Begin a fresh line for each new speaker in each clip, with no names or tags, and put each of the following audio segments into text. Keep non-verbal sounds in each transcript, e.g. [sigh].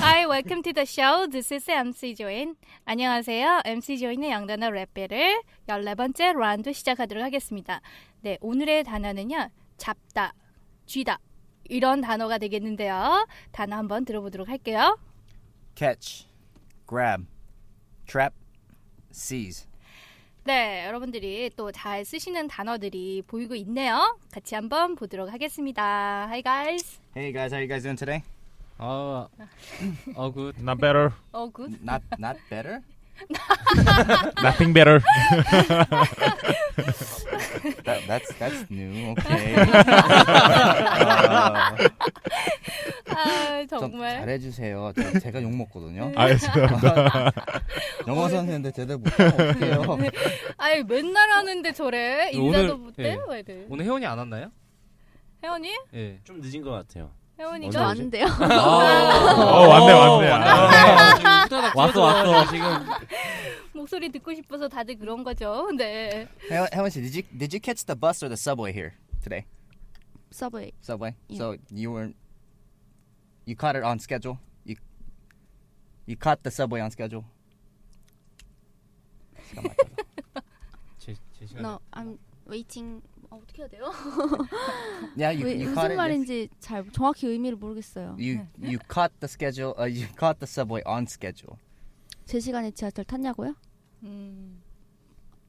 Hi, welcome to the show. This is MC Join. 안녕하세요. MC Join의 영단어 랩벨을 14번째 라운드 시작하도록 하겠습니다. 네, 오늘의 단어는요. 잡다, 쥐다 이런 단어가 되겠는데요. 단어 한번 들어보도록 할게요.
catch, grab, trap, seize.
네, 여러분들이 또 잘 쓰시는 단어들이 보이고 있네요. 같이 한번 보도록 하겠습니다. Hi guys.
Hey guys, how you guys doing today?
Oh, all good.
Not better.
Oh, good.
Not not better.
Nothing [laughs] better.
That, that's that's new. Okay. 아,
아,
좀
정말.
잘해주세요. 저- 제가 욕 먹거든요.
알겠습니다.
영어 선생인데 제대로
[laughs]
못해요.
아이, 맨날 하는데 저래. 인사도
오늘-
못해.
예.
왜 이래.
오늘 혜원이 안 왔나요?
혜원이?
예.
좀 늦은 것 같아요.
혜원이가
언제 오지?
안 돼요.
어, 왔네, 왔네.
아.
아.
왔어, 왔어. 지금
목소리 듣고 싶어서 다들 그런 거죠. [laughs] 네.
Helen, Helen, did you did you catch the bus or the subway here today?
서브웨이.
Subway.
Yeah.
So you were you caught it on schedule. You you caught the subway on schedule.
[laughs]
제, 제
네,
시간.
No, I'm waiting. 아, 어떻게 해야 돼요?
Yeah, you,
왜,
you caught it. yes.
무슨 말인지 잘 정확히 의미를 모르겠어요.
You you caught the schedule. Uh, you [laughs] caught the subway on schedule.
제 시간에 지하철 탔냐고요?
음.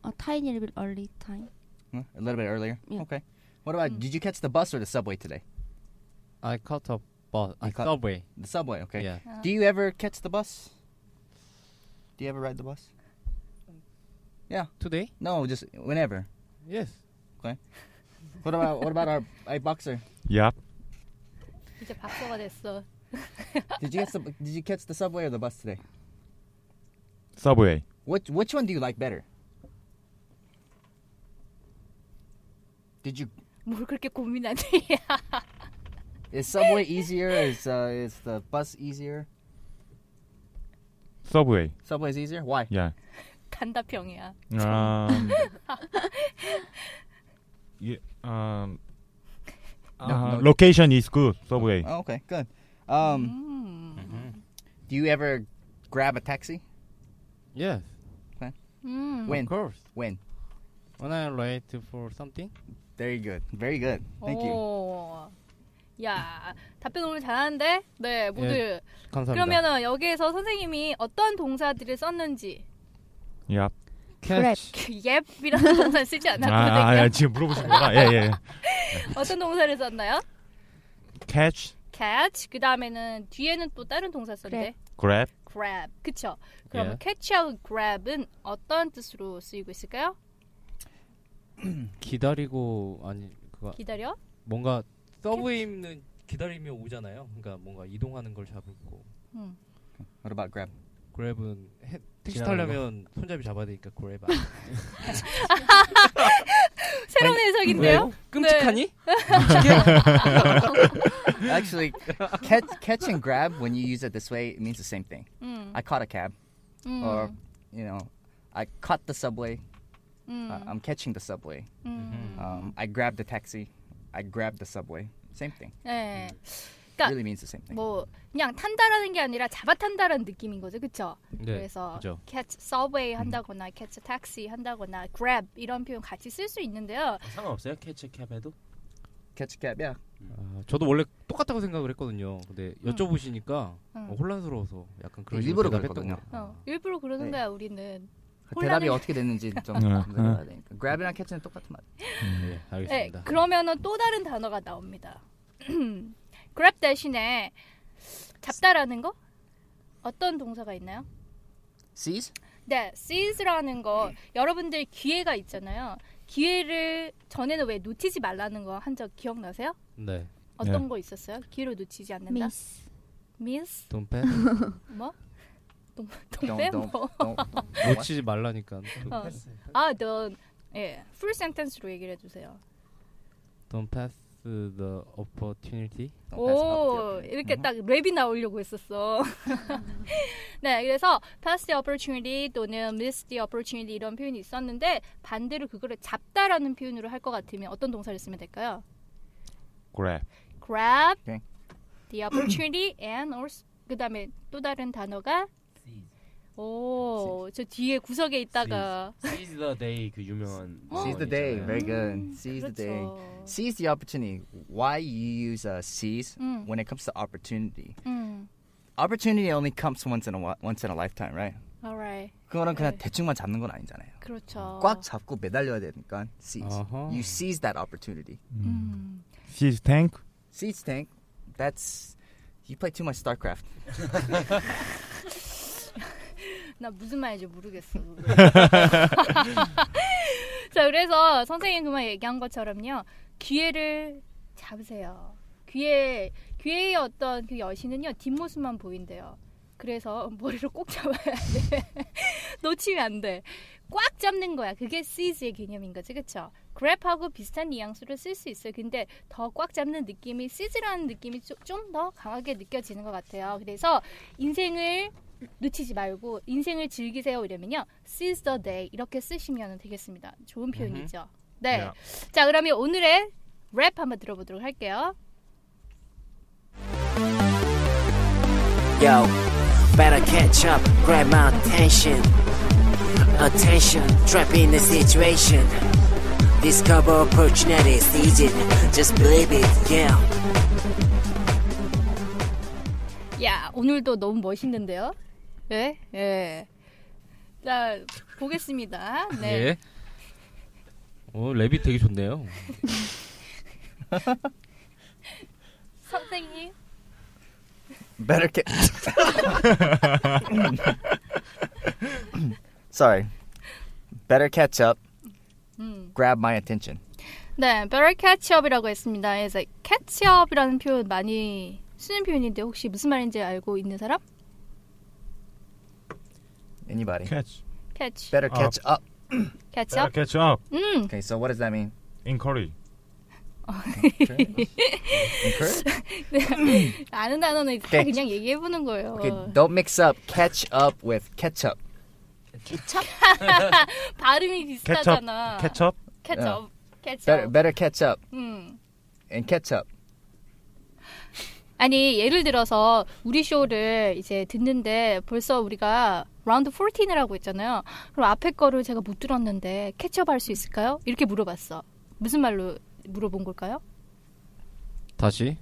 아, tiny little bit early time.
Huh? A little bit earlier.
Yeah. Mm.
Okay. What about? Did you catch the bus or the subway today?
I caught a bus. I
You caught-
subway.
The subway. Okay.
Yeah.
Do you ever catch the bus? Do you ever ride the bus?
Today?
No, just whenever.
Yes.
What about what
[laughs]
about our, our boxer?
Yep.
이제 박사가 됐어.
Did you catch the Did you catch the subway or the bus today?
Subway.
Which Which one do you like better? Did you
뭘 그렇게 고민하니?
is [laughs] subway easier? Is uh, is the bus easier?
Subway.
Subway's easier. Why?
Yeah.
[laughs] 단답형이야.
Um. yeah. Um. uh,
no.
Location is good. Subway.
Oh, okay, good. Um,
음.
do you ever grab a taxi?
Yes.
음.
When?
Of course.
When?
When I'm late for something.
Very good. Very good. Thank you.
오. 야, 답변 오늘 잘하는데? 네, 모두.
예, 감사합니다.
그러면은 여기에서 선생님이 어떤 동사들을 썼는지.
Yep.
catch. [laughs]
옙이라는 동사를 쓰지
아, 아,
않았거든요.
아, 지금 물어보신 거구나. 예, 예.
어떤 동사를 썼나요?
Catch,
catch. 그 다음에는 뒤에는 또 다른 동사 썼는데.
grab,
grab. 그쵸? 그러면
예.
catch하고 grab은 어떤 뜻으로 쓰이고 있을까요?
기다리고 아니 그거
기다려?
뭔가 서브웨이는 기다리며 오잖아요. 그러니까 뭔가 이동하는 걸 잡고
What about [laughs] grab?
그랩은 해, 택시
지나가는
타려면 손잡이 잡아야 되니까 그랩.
[laughs] 새로운 해석인데요? 네.
끔찍하니?
Actually, catch, catch and grab, when you use it this way, it means the same thing.
아,
음.
I caught a cab,
음.
or, you know, I caught the subway.
음.
아,
Uh, I'm catching the subway.
음.
Um, I grabbed the taxi. I grabbed the subway. Same thing.
음.
예.
It
Yeah.
really means the same thing.
뭐 그냥 탄다라는 게 아니라 잡아탄다라는 느낌인 거죠, 그렇죠? 그래서
네, 그죠. 음.
catch subway 한다거나 catch taxi 한다거나 grab 이런 표현 같이 쓸 수 있는데요.
아, 상관없어요? 캐치캡해도?
Catch a cab, yeah.
아, 저도 원래 똑같다고 생각을 했거든요. 근데 여쭤보시니까
음.
어, 혼란스러워서 약간 그런
네, 일부러
식으로 대답했던
그랬거든요.
것 같아요.
어, 일부러 그러는
네.
거야 우리는.
대답이
혼란을-
어떻게 됐는지 좀
응, 응.
물어봐야 되니까. Grab이랑 catch는 똑같은 말.
네,
네,
알겠습니다.
그러면은 또 다른 단어가 나옵니다. [clears throat] grab 대신에 잡다라는 거 어떤 동사가 있나요? [laughs]
Seize?
네, seize라는 거 여러분들 기회가 있잖아요. 기회를 전에는 왜 놓치지 말라는 거 한 적 기억나세요?
네,
어떤
예.
거 있었어요? 기회를 놓치지 않는다.
Miss.
miss
돈패
[laughs]
뭐? 동-
Don't,
동네 [laughs]
don't,
뭐?
don't.
놓치지 말라니까.
아, 넌 예, 풀 센텐스로 얘기를 해주세요.
Don't pass the opportunity.
어,
오, 이렇게
음.
딱 랩이 나오려고 했었어. [laughs] 네, 그래서 pass the opportunity 또는 miss the opportunity 이런 표현이 있었는데 반대로 그거를 잡다라는 표현으로 할 것 같으면 어떤 동사를 쓰면 될까요?
grab.
grab
오케이.
the opportunity and also 그다음에 또 다른 단어가 오, 저 뒤에 구석에 있다가
Seize the day 그 유명한
Seize the day.
명언이잖아요.
Very good. Seize the day.
어. 음, 그렇죠.
Seize the opportunity. Why you use uh, seize
음.
when it comes to opportunity?
음.
Opportunity only comes once in a wa- once in a lifetime, right?
alright.
그거는 그냥
네.
대충만 잡는 건 아니잖아요.
그렇죠.
꽉 잡고 매달려야 되니까 seize.
어허.
You seize that opportunity.
음.
Seize tank.
Seize tank. That's you play too much StarCraft.
[laughs] 나 무슨 말인지 모르겠어. [laughs] 자, 그래서 선생님 그만 얘기한 것처럼요. 기회를 잡으세요. 기회, 기회의 어떤 그 여신은요, 뒷모습만 보인대요. 그래서 머리를 꼭 잡아야 돼. [laughs] 놓치면 안 돼. 꽉 잡는 거야. 그게 seize의 개념인 거지, 그쵸? grab하고 비슷한 뉘앙스로 쓸 수 있어요. 근데 더 꽉 잡는 느낌이 seize라는 느낌이 좀 더 강하게 느껴지는 것 같아요. 그래서 인생을 놓치지 말고 인생을 즐기세요 이러면요 seize the day 이렇게 쓰시면 되겠습니다. 좋은 표현이죠. 네,
야.
자 그러면 오늘의 랩 한번 들어보도록 할게요.
Yo, better catch up, grab my attention. Attention, trapped in the situation. Discover opportunities needed. Just believe it, yeah.
야 오늘도 너무 멋있는데요. 네, 예. 자 보겠습니다. 네,
예. 오 랩이 되게 좋네요.
선생님.
Better get. Sorry. Better catch up.
음.
Grab my attention.
네, better catch up이라고 했습니다. 그래서 catch up이라는 표현 많이 쓰는 표현인데 혹시 무슨 말인지 알고 있는 사람?
Anybody?
Catch.
catch,
Better
Up.
catch up.
catch
Better
up.
catch up.
음, 어.
Okay, so what does that mean?
Encourage.
Encourage?
아는 단어는 다
Catch.
그냥 얘기해 보는 거예요.
Okay, don't mix up catch up with ketchup.
[laughs] 발음이
Catch up.
비슷하잖아.
Catch up.
catch
야.
up, catch
Better,
up.
better catch up
음.
and catch up.
아니 예를 들어서 우리 쇼를 이제 듣는데 벌써 우리가 라운드 14을 하고 있잖아요. 그럼 앞에 거를 제가 못 들었는데 캐치업 할 수 있을까요? 이렇게 물어봤어. 무슨 말로 물어본 걸까요?
다시.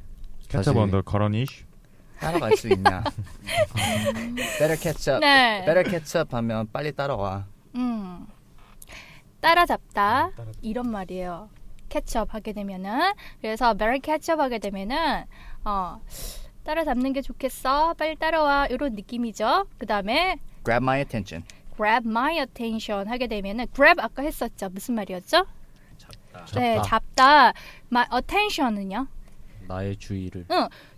Catch up on the current issue.
따라갈 수 있냐? better catch up.
네.
Better catch up 하면 빨리 따라와.
음. 따라잡다 이런 말이에요. 캐치업 하게 되면은 그래서 베리 캐치업 하게 되면은 어 따라잡는 게 좋겠어. 빨리 따라와. 이런 느낌이죠. 그다음에
Grab my attention.
grab my attention 하게 되면은 grab 아까 했었죠. 무슨 말이었죠?
잡다.
네, 잡다. My attention은요.
나의 주의를.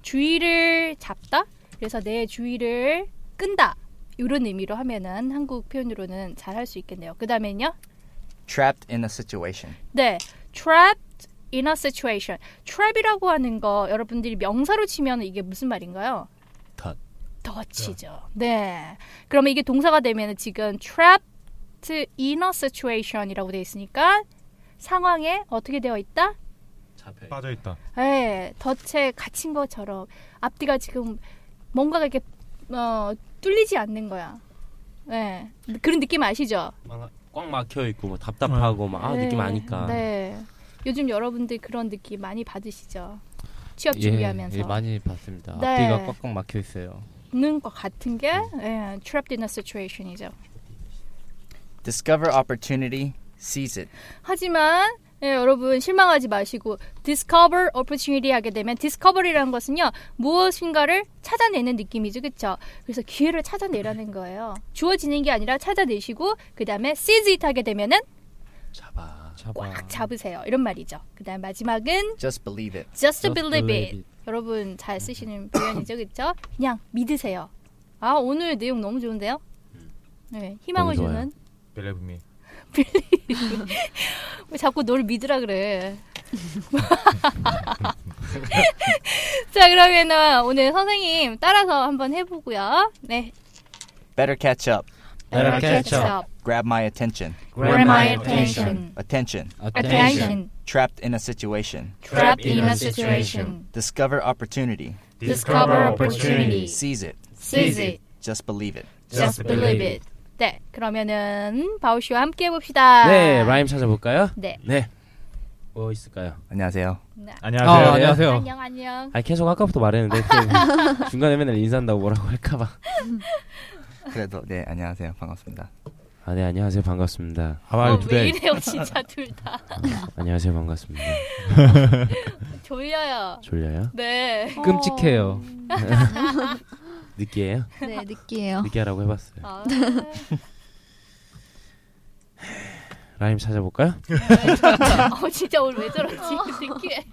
주의를 잡다. 그래서 내 주의를 끈다. 이런 의미로 하면은 한국 표현으로는 잘 할 수 있겠네요. 그다음에는요.
Trapped in a situation.
네, trapped in a situation. trap이라고 하는 거 여러분들이 명사로 치면 이게 무슨 말인가요?
덫.
덫이죠. 네. 그러면 이게 동사가 되면 지금 trapped in a situation이라고 돼 있으니까 상황에 어떻게 되어 있다?
잡혀.
빠져 있다.
예, 덫에 갇힌 것처럼 앞뒤가 지금 뭔가가 이렇게 어, 뚫리지 않는 거야. 예, 그런 느낌 아시죠?
막- 꽉 막혀 있고 뭐 답답하고 막 아,
네.
느낌 아니까.
네. 요즘 여러분들 그런 느낌 많이 받으시죠? 취업
예,
준비하면서
많이 봤습니다.
네.
앞뒤가 꽉꽉 막혀 있어요.
있는 것 같은 게
음.
예, trapped in a situation이죠.
Discover opportunity. Seize it.
하지만 예, 여러분 실망하지 마시고 discover opportunity 하게 되면 discover이라는 것은요 무엇인가를 찾아내는 느낌이죠, 그렇죠? 그래서 기회를 찾아내라는 거예요. 주어지는 게 아니라 찾아내시고 그 다음에 seize it 하게 되면은
잡아.
잡아.
꽉 잡으세요 이런 말이죠. 그다음 마지막은
Just believe it.
just,
Just
believe,
believe
it. 여러분 잘 쓰시는 표현이죠, 그렇죠? 그냥 믿으세요. 아 오늘 내용 너무 좋은데요? 네, 희망을
너무 좋아요.
주는
Believe me.
빌리. 왜 자꾸 널 믿으라 그래. [laughs] 자, 그러면은 오늘 선생님 따라서 한번 해보고요. 네.
Better catch up.
Better catch up.
Grab my attention.
Grab my attention.
Attention.
Attention.
Trapped in a situation.
Trapped in a situation.
Discover opportunity.
Discover opportunity.
Seize it.
Seize it.
Just believe it.
Just believe it. 네, 그러면은 바우 씨와 함께 해봅시다.
네, 라임 찾아볼까요?
네.
네. 뭐 있을까요?
안녕하세요.
안녕하세요.
아, 안녕하세요.
안녕 안녕.
아 계속 아까부터 말했는데 [laughs] 또 중간에 맨날 인사한다고 뭐라고 할까봐.
그래도 네 안녕하세요. 반갑습니다.
아, 네 안녕하세요 반갑습니다.
How are you
어, 왜
today?
이래요, 진짜 [laughs] 둘 다.
안녕하세요 반갑습니다.
졸려요.
졸려요?
네. [laughs]
끔찍해요.
느끼해요?
네, 느끼해요.
느끼하라고 해봤어요.
아,
[laughs] 라임 찾아볼까요?
어, 진짜 오늘 왜 저러지? 느끼해.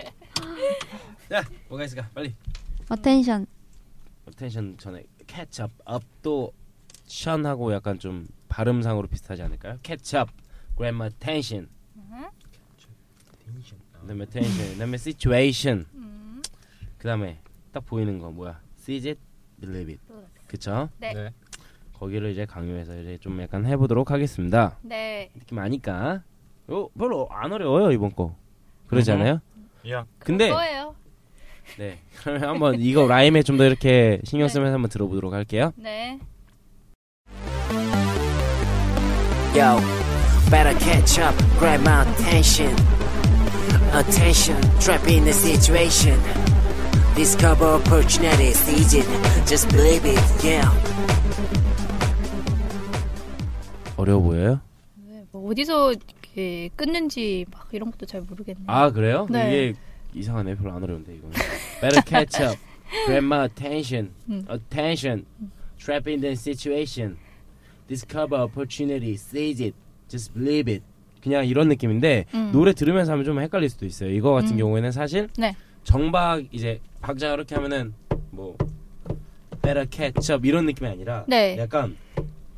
야 뭐가 있을까 빨리.
음. 어텐션.
텐션 전에 캐첩 업도 션하고 약간 좀 발음상으로 비슷하지 않을까요? 캐첩, grandma tension,
음.
그다음에 tension, 그다음에 situation.
음.
그다음에 딱 보이는 거 뭐야? seize it, believe it. 그쵸?
네.
네.
거기를 이제 강요해서 이제 좀 약간 해보도록 하겠습니다.
네.
느낌 아니까. 요 별로 안 어려워요 이번 거. 그러지 않아요?
야.
근데
그거예요.
네 [laughs] 그러면 한번 이거 라임에 좀 더 이렇게 신경
네.
쓰면서 한번 들어보도록 할게요.
네.
Yo, better catch up, grab my attention. Attention, trap in the situation. Discover opportunities, seize it, just believe it, yeah.
어려워 보여요?
네, 뭐 어디서 이렇게 끊는지 막 이런 것도 잘 모르겠네요.
아 그래요?
네.
이게 이상하네 별로 안 어려운데 이거 Better catch up Grandma attention
음.
Attention Trap in the situation Discover opportunity Seize it Just believe it 그냥 이런 느낌인데
음.
노래 들으면서 하면 좀 헷갈릴 수도 있어요 이거 같은
음.
경우에는 사실
네.
정박 이제 박자 이렇게 하면은 뭐 Better catch up 이런 느낌이 아니라
네.
약간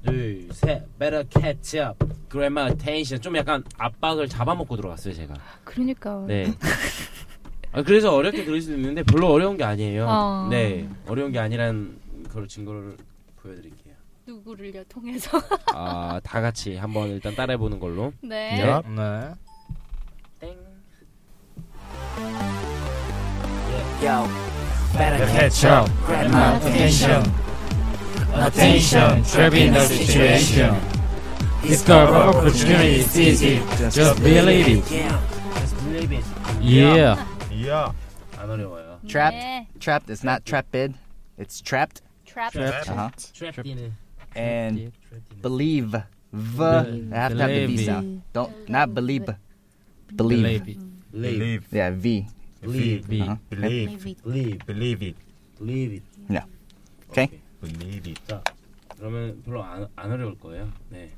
둘셋 Better catch up Grandma attention 좀 약간 압박을 잡아먹고 들어갔어요 제가
그러니까.
네. 아, 그래서 어렵게 들을 수도 있는데 별로 어려운 게 아니에요.
어.
네, 어려운 게 아니란 그걸 증거를 보여드릴게요.
누구를요 통해서. [laughs]
아, 다 같이 한번 일단 따라해보는 걸로.
네.
네.
네.
땡.
Yo, better catch up, grab my attention.
Attention, trap in the situation. Discover opportunity, seize it, just believe it.
Yeah.
Yeah.
야.
안 어려워요.
Trapped.
네.
Trapped. It's not trapped. It's trapped.
Trap.
Uh huh.
트랩디는.
And believe. V. I have to have the V
Believe.
sound. Don't not believe. Believe.
Leave.
Yeah. V.
Leave.
B.
Uh-huh.
Leave. Leave.
Believe it.
Leave it.
Okay.
Believe it.
그러면 별로 안, 안 어려울 거예요. 네.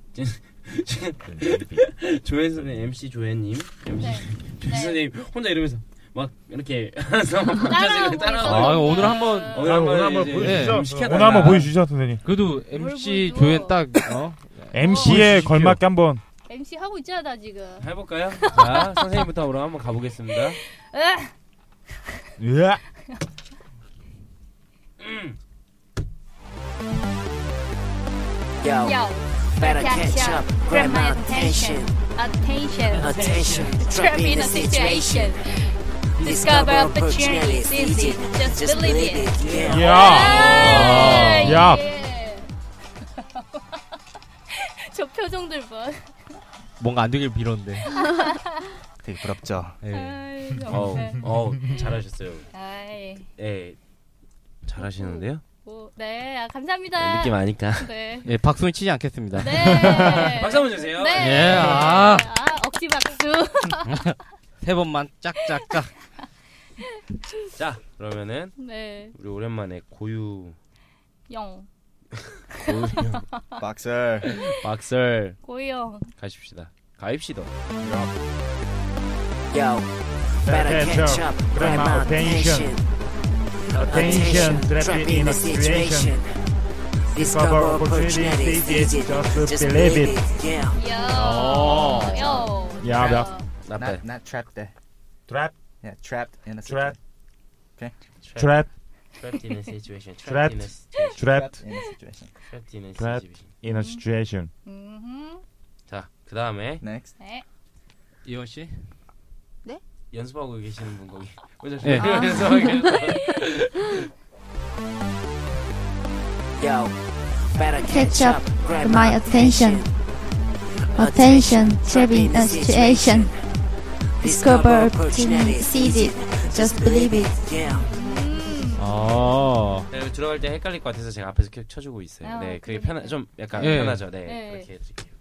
조혜선님, MC 조혜님, MC
네.
조혜선님 혼자 이러면서 막 이렇게 하면서 혼자 지금 따라하고
아 오늘 한번
오늘 한번
오늘 한번
이제-
보여주시죠.
네, 음식 해달라.
오늘 한번 보여주시죠, 선생님.
예. 그래도
뭘
MC
보여줘.
조연 딱 어?
MC에
보여주십시오.
걸맞게 한번.
MC 하고 있잖아 나 지금.
해볼까요? 자, 선생님부터 오늘 한번 가보겠습니다.
으악!
야.
음.
Yo,
Yo.
better catch up, grab my attention.
Attention.
Attention,
Trap
trap in
in a
the
situation.
situation. Discover opportunities, seize it, just believe it, yeah.
아,
야.
에이,
아, 야.
예. [laughs] 저 표정들 봐.
뭔가 안 되길 빌었는데.
되게 부럽죠.
예.
아이, 너무
어우,
세.
어우, 잘하셨어요.
아이,
예. 잘하시는데요?
뭐, 네, 아, 감사합니다.
네, 느낌 아니까.
네.
예, 박수는 치지 않겠습니다.
네.
박수 한번 주세요.
네.
예, 아.
억지 박수.
세 번만 짝짝짝.
자, 그러면은
네.
우리 오랜만에 고유
영.
고유
Boxer.
박설
고영.
가십시다. 가입시다.
Yo, better catch up, grab my attention. Attention, trap in the situation. Discover opportunity, seize it, just believe it, yeah.
어.
야.
야, 나-
야.
Not
Not bad.
not trapped there.
트랩
Yeah, trapped in a situ-
Trapped.
Okay.
트랩
Trapped in a situation.
Trapped.
Trapped in
in
트랩
a situation.
a situation.
Trapped in a
Trapped.
situation.
in a situation.
음흠.
자, 그 다음에
Next.
네.
이원 씨.
연습하고 계시는 분 거기. [laughs] 혼자
예.
아.
Yo, better catch
Catch up
up, grab
to my attention. Attention, trapped in a situation. Discover opportunity, seize it, just believe it.
yeah.
아.
네, 들어갈 때 헷갈릴 것 같아서 제가 앞에서 켜주고 있어요.
아,
네, 그게
그러니까.
편하 좀 약간
예.
편하죠. 네,
예.
그렇게 해드릴게요.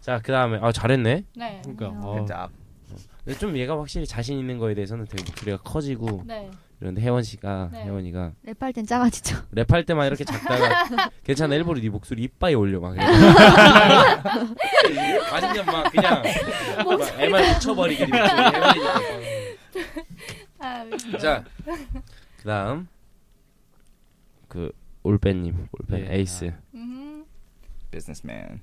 자, 그 다음에 아 잘했네.
네.
그러니까.
Good
어.
job.
근데 좀 얘가 확실히 자신 있는 거에 대해서는 되게 목소리가 커지고
네.
이런데 혜원 씨가
네.
혜원이가
랩할 땐 작아지죠.
랩할 때만
[laughs]
이렇게 작다가 괜찮아 일부러 네 목소리 이빨에 올려 막 이래. 완전 막 그냥 막 애만 붙여버리게 네 목소리 혜원이니까.
아,
자, 그 다음 그 올빼님 올빼
예.
에이스.
아. 음흠.
Businessman.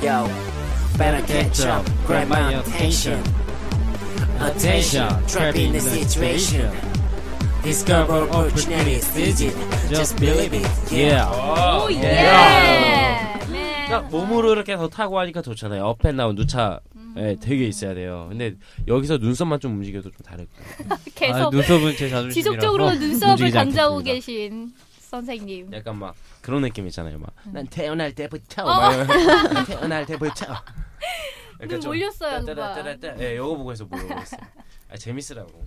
Yo, better catch
Catch
up,
up,
grab my attention.
Attention, trapped in
네.
a situation.
Discover opportunity, seize it, just believe it, yeah.
오 예. 네.
아,
그러니까 몸으로 이렇게 더 타고 하니까 좋잖아요. 업앤다운 누차
음.
예, 되게 있어야 돼요. 근데 여기서 눈썹만 좀 움직여도 좀 다를 거예요.
계속
아, 눈썹은 제 자존심이라서
지속적으로 눈썹을
움직이지
감자고
않겠습니다.
계신 선생님.
약간 막 그런 느낌 있잖아요. 막 난 태어날 때부터
음. 어.
막
[laughs]
이러면서 난 태어날 때부터
눈 몰렸어요, 누가.
예, 요거 보고서 모르고 있어요. 아, 재밌으라고.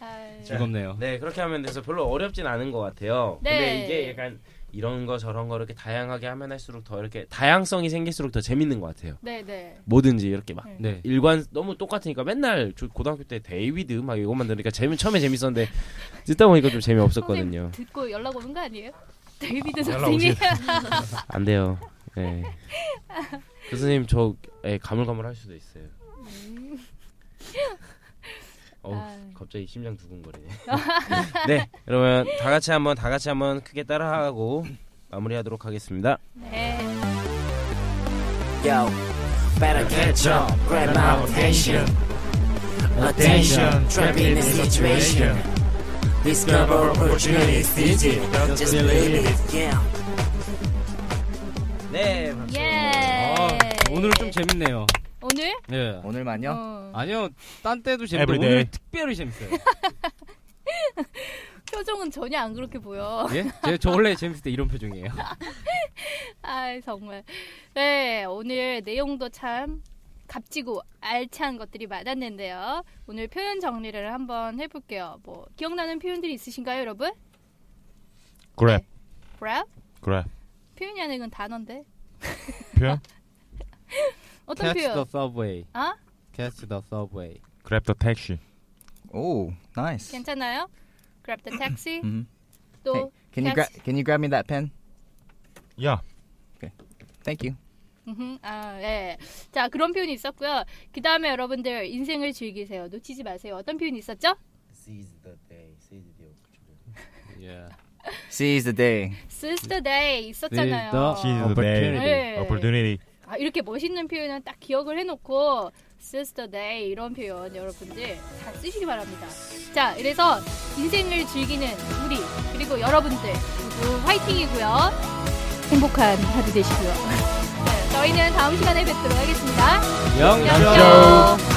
아유.
즐겁네요.
네, 그렇게 하면 돼서 별로 어렵진 않은 것 같아요.
네.
근데 이게 약간 이런 거 저런 거 이렇게 다양하게 하면 할수록 더 이렇게 다양성이 생길수록 더 재밌는 것 같아요.
네, 네.
뭐든지 이렇게 막
네.
일관 너무 똑같으니까 맨날 저 고등학교 때 데이비드 막 이것만 들으니까 재미 처음에 재밌었는데 듣다 보니까 좀 재미 없었거든요.
선생님 듣고 연락 오는 거 아니에요? [laughs] 데이비드
연락
선생님.
안 돼요. 네. 교수님 저 예, 가물가물할 수도 있어요. 어
아유.
갑자기 심장 두근거리네. [laughs] 네, 그러면 다 같이 한번 다 같이 한번 크게 따라하고 마무리하도록 하겠습니다.
네.
Yo, better catch up, grab my attention.
Attention, trapped in a situation.
Discover opportunity, seize it, just believe it, yeah.
네,
[laughs]
박수.
예.
아, 오늘은 좀 재밌네요.
오늘?
예.
오늘만요.
어.
아니요, 딴 때도 재밌는데
Everyday.
오늘 특별히 재밌어요.
표정은 전혀 안 그렇게 보여. [laughs]
예? 제, 저 원래 재밌을 때 이런 표정이에요.
아 정말. 네 오늘 내용도 참 값지고 알찬 것들이 많았는데요. 오늘 표현 정리를 한번 해볼게요. 뭐 기억나는 표현들이 있으신가요, 여러분?
그랩
브라
그랩
표현이 아니라 이건 단어인데
표현
어떤
Catch the
표현?
subway.
아
Catch the subway.
그랩 더 택시
Oh, nice.
괜찮아요? Grab the taxi.
Mhm.
또
Can you grab
catch-
Can you grab me that pen?
야
Thank you.
음흠, 아 예. 자 그런 표현이 있었고요. 그 다음에 여러분들 인생을 즐기세요. 놓치지 마세요. 어떤 표현이 있었죠?
Seize the day, seize the opportunity.
Yeah.
Seize the day.
Seize the day 있었잖아요.
Seize the-
Seize the day
Opportunity.
opportunity
아, 이렇게 멋있는 표현은 딱 기억을 해놓고 Sister Day 이런 표현 여러분들 잘 쓰시기 바랍니다. 자, 그래서 인생을 즐기는 우리 그리고 여러분들 모두 화이팅이고요. 행복한 [laughs] 하루 되시고요. 네, 저희는 다음 시간에 뵙도록 하겠습니다.
영쇼.
안녕.